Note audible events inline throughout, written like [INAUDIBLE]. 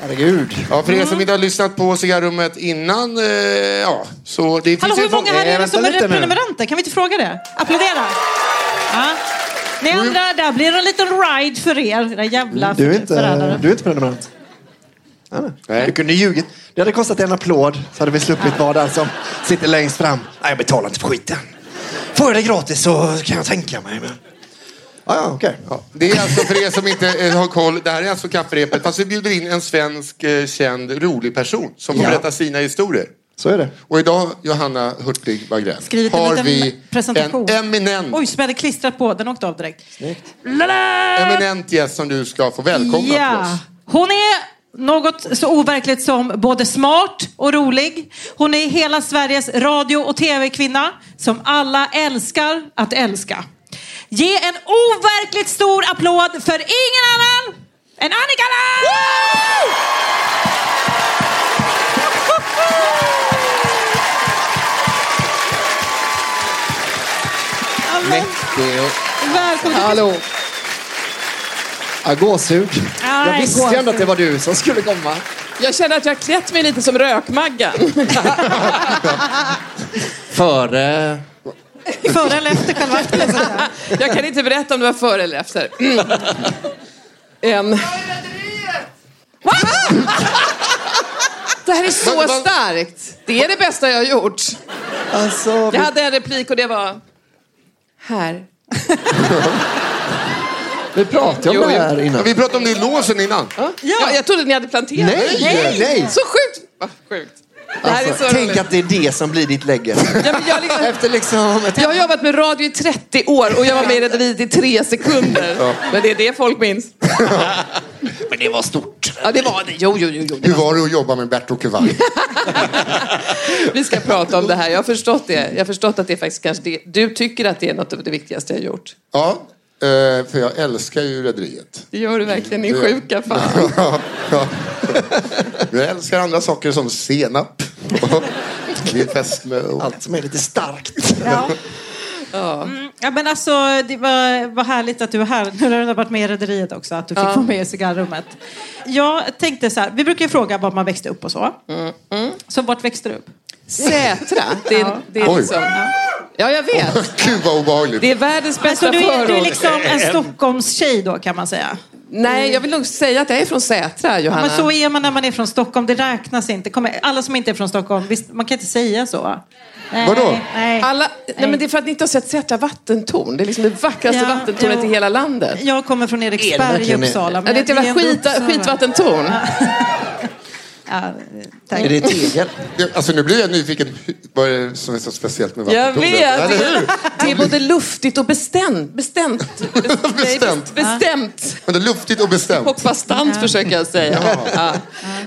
herregud. Ja, för er Mm. som inte har lyssnat på cigarrummet innan, eh, ja, så det Hallå, finns ju hur många här Eh, är det vänta som är lite nu. prenumeranter? Kan vi inte fråga det? Applådera! Ja. Ni andra, där blir det en liten ride för er, era jävla Du är, inte, förrädare. du är inte prenumerant. Nej, nej. Nej. Du kunde ljugit. Det hade kostat en applåd så hade vi sluppit vara där som sitter längst fram. Nej, jag betalar inte för skiten. Får jag det gratis så kan jag tänka mig. Men... Ja, ja, okej. Ja, det är alltså för er som inte eh, har koll, det här är alltså kafferepet. Fast vi bjuder in en svensk eh, känd, rolig person som får Ja. berätta sina historier. Så är det. Och idag, Johanna Hurtig Wagrell, Skrivit en har liten vi presentation. en eminent, Oj, som jag hade klistrat på. Den åkte av direkt. eminent gäst som du ska få välkomna till oss. Hon är något så overkligt som både smart och rolig. Hon är hela Sveriges radio och tv-kvinna som alla älskar att älska. Ge en overkligt stor applåd för ingen annan än Annika Lamm! Ja, men, Mäktig och- Välkommen till Hallå. Ja, gåshud. Ja, Jag visste ju gåshud. ändå att det var du som skulle komma. Jag känner att jag har klätt mig lite som Rökmaggan. Före... Före eller efter själva akten? så att säga. [LAUGHS] Jag kan inte berätta om det var före eller efter. En. Va? Det här är så starkt. Det är det bästa jag har gjort. Alltså, vi... Jag hade en replik och det var... Här. [LAUGHS] vi pratade om Jo, det jo. här Ja, innan. vi pratade om det i låsen innan. Ja. Jag, jag trodde ni hade planterat. Nej, nej. nej. Så sjukt! Vad sjukt. Det här Alltså, är så tänk roligt. att det är det som blir ditt lägger. Ja, men jag, liksom, [LAUGHS] Efter liksom ett jag har jobbat med radio i 30 år och jag var med i Rederiet i tre sekunder. Men det är det folk minns. Men det var stort. Ja, det var det. Jo, jo, jo. jo. Hur var det att jobba med Bert och [LAUGHS] Kuvang? Vi ska prata om det här. Jag har förstått det. Jag har förstått att det är faktiskt kanske det. Du tycker att det är något av det viktigaste jag har gjort. Ja, eh, för jag älskar ju Rederiet. Det gör du verkligen, din sjuka fan. Ja. Jag älskar andra saker som senap. och Min fästmö. och- Allt som är lite starkt. Ja, men alltså, det var, vad härligt att du är här. Nu har du varit med i Rederiet också, att du fick vara med i cigarrummet. Jag tänkte så här, vi brukar ju fråga var man växte upp och så. Mm, Så vart växte du upp? Sätra. Det är, det är Oj. liksom... Ja, jag vet. Gud vad obehagligt. Det är världens Alltså, bästa du, är, du är förort. liksom en Stockholmstjej då kan man säga. Nej, jag vill nog säga att jag är från Sätra, Johanna. Men så är man när man är från Stockholm, det räknas inte. Kommer, alla som inte är från Stockholm, visst, man kan inte säga så. Nej, Vadå? Nej. Alla, nej, men det är för att ni inte har sett Sätra vattentorn. Det är liksom det vackraste Ja, vattentornet ja. i hela landet. Jag kommer från Eriksberg i verkligen- Uppsala. Ja, det är ett jävla ändå skit, Uppsala. skitvattentorn. Ja, tack. Är det tegel? Det- Alltså nu blir jag nyfiken. Vad är det som är så speciellt med Jag vattentornet? vet. Eller hur? Det är både luftigt och bestämt. Bestämt. [LAUGHS] Bestämt. Bestämt. Men det är luftigt och bestämt. Och bastant försöker jag säga. Ja.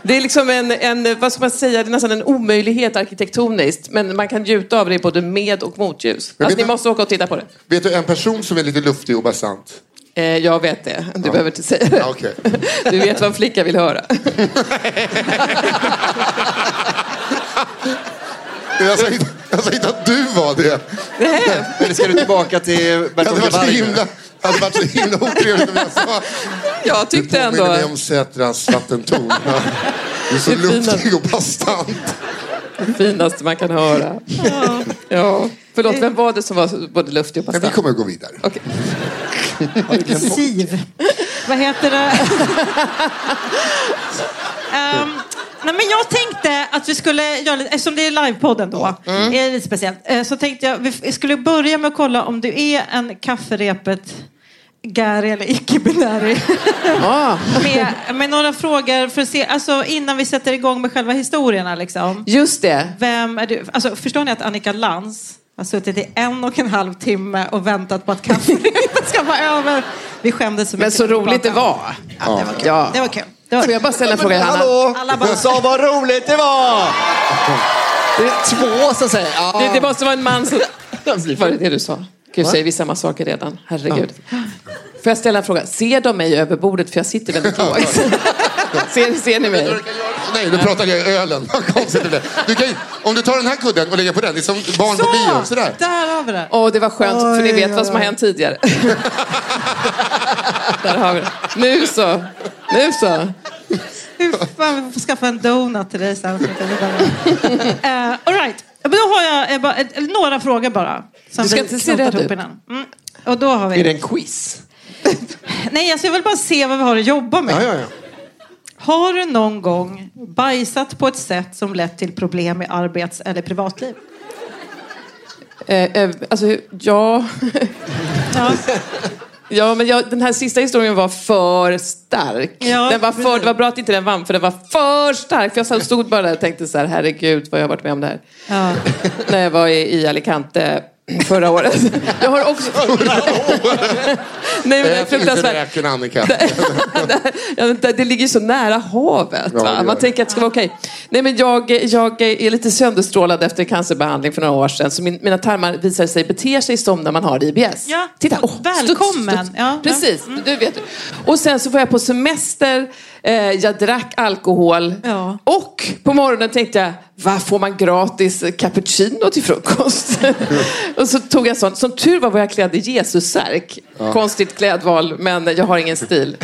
Det är liksom en, en, vad ska man säga, det är nästan en omöjlighet arkitektoniskt. Men man kan njuta av det både med och motljus. Men Alltså, vet ni du- måste åka och titta på det. Vet du en person som är lite luftig och bastant? Eh, jag vet det. Du behöver inte säga det. Ja, okej. Du vet vad en flicka [LAUGHS] vill höra. Jag sa inte, jag sa inte att du var det. Eller ska du tillbaka till Det hade Bertil varit så Kevall? himla, det hade varit så himla otrevligt om jag sa. Du Jag tyckte påminner ändå... mig om Sätras vattentorn. Ja. Du är så Det är fina. luftig och bastant. finaste man kan höra. Ja. Förlåt, vem var det som var både luftig och Men vi bastant? kommer att gå vidare. Okej. Siv. Vad heter det? Ehm, nej men jag tänkte att vi skulle göra lite, eftersom det är livepodden då, Mm. är det lite speciellt. eh, Så tänkte jag vi f- skulle börja med att kolla om du är en kafferepet Gary eller icke-binärig. Ah. med, med några frågor för att se, alltså innan vi sätter igång med själva historierna liksom. Just det. Vem är du? Alltså förstår ni att Annika Lantz har suttit i en och en halv timme och väntat på att kafferepet [LAUGHS] ska vara över. Vi skämdes så mycket. Men så när vi roligt det pratade. var. Ja, det var kul. Ja. Det var kul. Det var Får jag bara ställa en fråga, Hanna? Hallå! Alla bara- Jag sa vad roligt det var! Det är två som säger ja. Det, det måste vara en man [LAUGHS] som... Var det det du sa? Gud, säger vi samma saker redan? Herregud. Får jag ställa en fråga? Ser de mig över bordet? För jag sitter väldigt [LAUGHS] lågt. ser, ser ni mig? Nej, nu pratade jag i ölen. [LAUGHS] Vad konstigt det blev. Du kan, ju- om du tar den här kudden och lägger på den, det är som barn på bio. Så! Sådär. Där har vi det. Åh, det var skönt, för ni Oj, vet vad som har hänt tidigare. [LAUGHS] Där har vi det. Nu så. Nu så. Fy fan, vi får skaffa en donut till dig sen. [LAUGHS] uh, all right. Men då har jag eh, bara, eh, några frågor bara. som Du ska vi inte se knotat rädd ihop ut. innan. Mm. Och då har Är det vi... en quiz? Nej, alltså jag vill bara se vad vi har att jobba med. Ja, ja, ja. Har du någon gång bajsat på ett sätt som lett till problem i arbets eller privatliv? Eh, eh, alltså, ja. Ja. Ja, men jag, den här sista historien var för stark. Ja, den var för, det var bra att inte den vann, för den var för stark. För jag satt- stod bara där och tänkte så här, herregud vad jag har varit med om det här. Ja. När jag var i, i Alicante förra året. Jag har också... Nej, men det Jag är finns i fruktansvärt. räken, Annika. Ja, men det- Det ligger ju så nära havet. Ja, det Va? gör Man det. tänker att det ska vara okej. Nej, men jag, jag är lite sönderstrålad efter cancerbehandling för några år sedan. Så min, mina tarmar visar sig bete sig som när man har IBS. Ja, Titta, åh, välkommen. Ja, ja. Precis, du vet. Och sen så var jag på semester. Eh, jag drack alkohol. Ja. Och på morgonen tänkte jag, vad får man gratis cappuccino till frukost? och så tog jag sånt. Som tur var var jag klädd i Jesusärk. Konstigt klädval, men jag har ingen stil.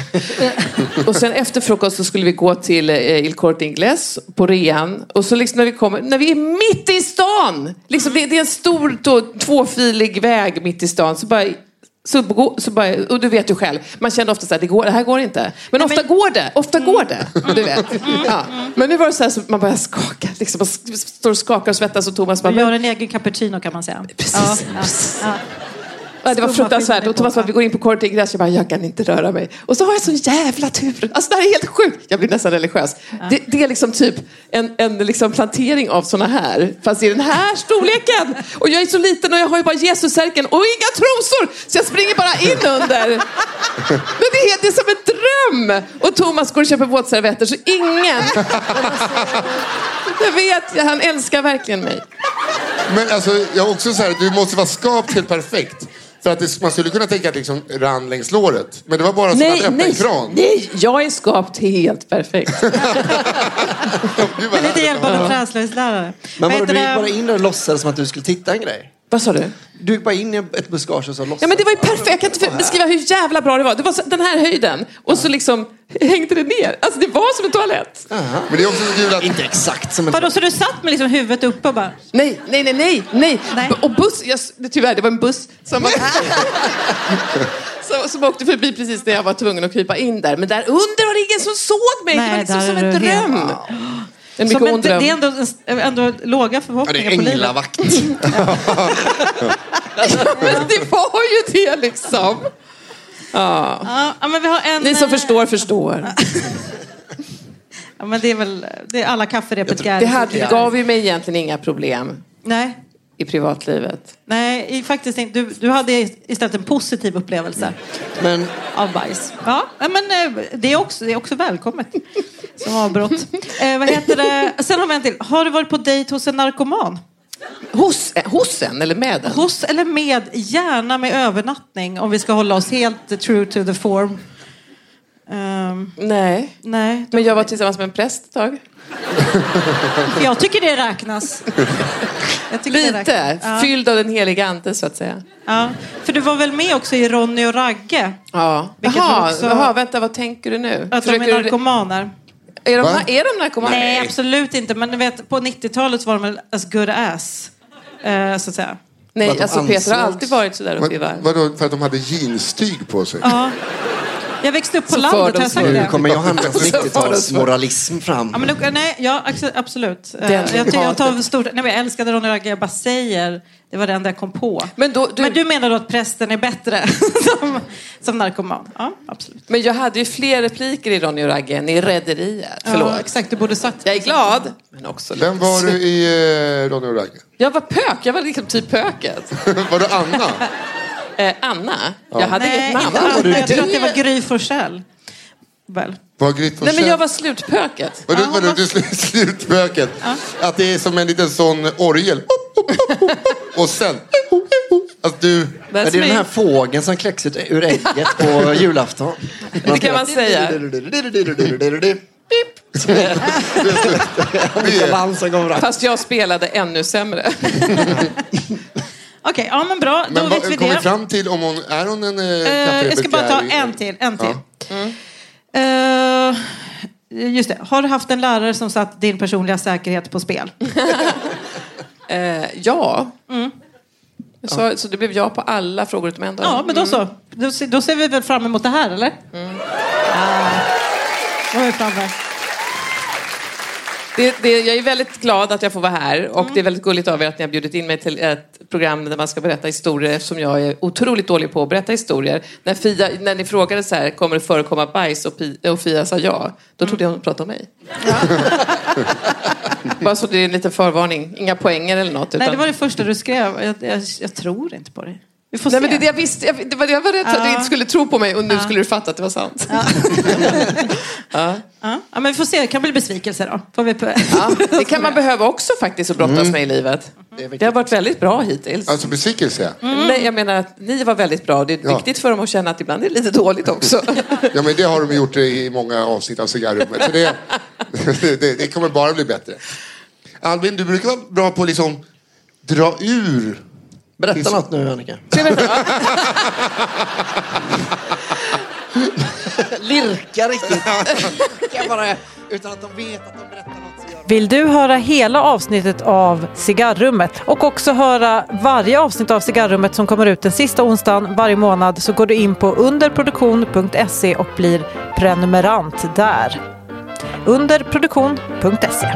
och sen efter frukost så skulle vi gå till eh, Il Corte Inglés på rean. Och så liksom när vi kommer, när vi är mitt i stan! Liksom det, det är en stor då, tvåfilig väg mitt i stan. Så bara, så, gå- så bara, och du vet ju själv, man känner ofta så här, det, går, det här går inte. Men ofta går det, ofta går det. Du vet. Ja. Men nu var det så här, så man börjar skaka, liksom, man sk- står och skakar och svettas och Thomas bara, Du gör en egen cappuccino kan man säga. Precis, Ja, ja, Ja, det var fruktansvärt. Och Thomas bara, vi går in på Corte Inglés. Jag bara, jag kan inte röra mig. Och så har jag sån jävla tur. Alltså det här är helt sjukt. Jag blir nästan religiös. Det, det är liksom typ en, en liksom plantering av såna här. Fast i den här storleken. Och jag är så liten och jag har ju bara Jesusärken och inga trosor. Så jag springer bara in under. Men det är, det är som en dröm! Och Thomas går och köper våtservetter så ingen... Jag vet, han älskar verkligen mig. Men alltså, jag är också så här, du måste vara skapt helt perfekt. För att det, man skulle kunna tänka att liksom rann längs låret. Men det var bara som att öppna en kran. nej, jag är skapt helt perfekt. Gud, vad Med lite härligt. hjälp av en träslöjdslärare. Men Vad vadå, heter du gick det? bara in där och låtsades som att du skulle titta en grej? Vad sa du? Du gick bara in i ett buskage och så låtsades? Ja men det var ju perfekt. Jag kan inte för- beskriva hur jävla bra det var. Det var så, den här höjden och så liksom hängde det ner. Alltså det var som en toalett. Men det är också så kul att... Inte exakt som en... Vadå, så du satt med liksom huvudet uppe och bara... Nej, nej, nej, nej, nej. Nej. B- Och buss, jag, s- det- tyvärr det var en buss [LAUGHS] som, var, [LAUGHS] som, som åkte förbi precis när jag var tvungen att krypa in där. Men där under var det ingen som såg mig. det var Nej, liksom där som är en du helt- dröm. En Så, mycket men ond det, dröm. det är ändå, en- ändå låga Ja, det förhoppningar är på livet. änglavakt. [LAUGHS] Men det var ju det liksom. Ja, ja, men vi har en... Ni som eh, förstår förstår. Ja, men det är väl det är alla kafferepet Det Gary. hade, gav ju mig egentligen inga problem Nej, i privatlivet. nej i- faktiskt inte. Du, du hade istället en positiv upplevelse Men av bajs. Ja, ja, men eh, det är också, det är också välkommet som avbrott. Eh, vad heter det? Sen har vi en till. Har du varit på dejt hos en narkoman? Hos, eh, hos en eller med en? Hos eller med, gärna med övernattning om vi ska hålla oss helt true to the form. Ehm, Nej. nej, Men jag var tillsammans med en präst ett tag. jag tycker det räknas. Jag tycker det Lite. räknas. Ja. Fylld av den heliga ande så att säga. Ja, för du var väl med också i Ronny och Ragge? Ja. Vilket Jaha, var också- jaha, vänta vad tänker du nu? Att de Försöker är du- narkomaner? är, de, Va? är de narkomaner? Nej, absolut inte. Men du vet, på 90-talet var de väl as good as. eh, så att säga. Att Nej, de alltså Peter har ansågs- alltid varit sådär uppe i Vad, varv. vadå, för att de hade jeanstyg på sig? Ja. Jag växte upp på Så landet, har jag sagt fördomsfull. nu det? kommer Johannas 90-talsmoralism fram. Ja, men, då- nej, ja, axel- absolut. Eh, Den jag, tycker jag, tar hatet. stort, nej, men jag älskade Ronny och Ragge, jag bara säger. Det var det enda jag kom på. Men då- du- men du menar då att prästen är bättre [LAUGHS] som, som narkoman? Ja, absolut. Men jag hade ju fler repliker i Ronny och Ragge än i Rederiet. Förlåt. Ja, exakt, du borde sagt Jag är glad, men också lite. Vem var du i eh, Ronny och Ragge? [LAUGHS] Jag var pök, jag var liksom typ [LAUGHS] pöket. Var du Anna? Eh, Anna, jag hade Nej, inget namn. inte du Anna. Jag tror att det det- var Gry Forssell. Väl. Var Gry Forssell? Nej, men jag var slutpöket. Vadå, Ja, hon vadå, var- du sl- [LAUGHS] slutspöket? Att det är som en liten sån orgel. Och sen... Att du... Ja, That's det är den me. här fågeln som kläcks ut ur ägget på julafton. [LAUGHS] Det kan man säga. Pip. Olika band som kommer fram. Fast jag spelade ännu sämre. Eh, Okej, ja men bra. Då Men vad vet vi kom vi det. fram till om hon... Är hon en... Eh, Eh, jag ska bara ta en till. En till. Eh, Just det. Har du haft en lärare som satt din personliga säkerhet på spel? Eh, ja. Så, så det blev ja på alla frågor utom en. då? Ja, men då så. Då, se- då ser vi väl fram emot det här, eller? Mm. Ah. Då är vi framme. Det, det, jag är väldigt glad att jag får vara här Mm. och det är väldigt gulligt av er att ni har bjudit in mig till ett program där man ska berätta historier eftersom jag är otroligt dålig på att berätta historier. När, Fia, när ni frågade så här, kommer det förekomma bajs och, Pi, och Fia sa ja, då trodde jag hon pratade om mig. [LAUGHS] Bara så det är en liten förvarning, inga poänger eller något. Utan... Nej, det var det första du skrev. Jag, jag, jag tror inte på dig. Vi får Nej, se. men det, det jag visste, jag, det var, jag var rädd för att du Ja. inte skulle tro på mig och nu skulle du fatta att det var sant. Ja. ja, men vi får se. Det kan bli besvikelse då. Får vi... Ja, [LAUGHS] det kan man behöva också faktiskt att brottas Mm. med i livet. Det har varit väldigt bra hittills. Alltså besvikelse. Nej, jag menar att ni var väldigt bra. Det är Ja. viktigt för dem att känna att ibland är det lite dåligt [LAUGHS] också. Ja, men det har de gjort i många avsnitt av Cigarrummet. Så det, [LAUGHS] det, det kommer bara bli bättre. Albin, du brukar vara bra på att liksom dra ur. Berätta något nu, Annika. [LAUGHS] Lirka riktigt. Kan bara, utan att de vet att de berättar något. Så gör de. Vill du höra hela avsnittet av Cigarrummet och också höra varje avsnitt av Cigarrummet som kommer ut den sista onsdagen varje månad så går du in på underproduktion.se och blir prenumerant där. Underproduktion.se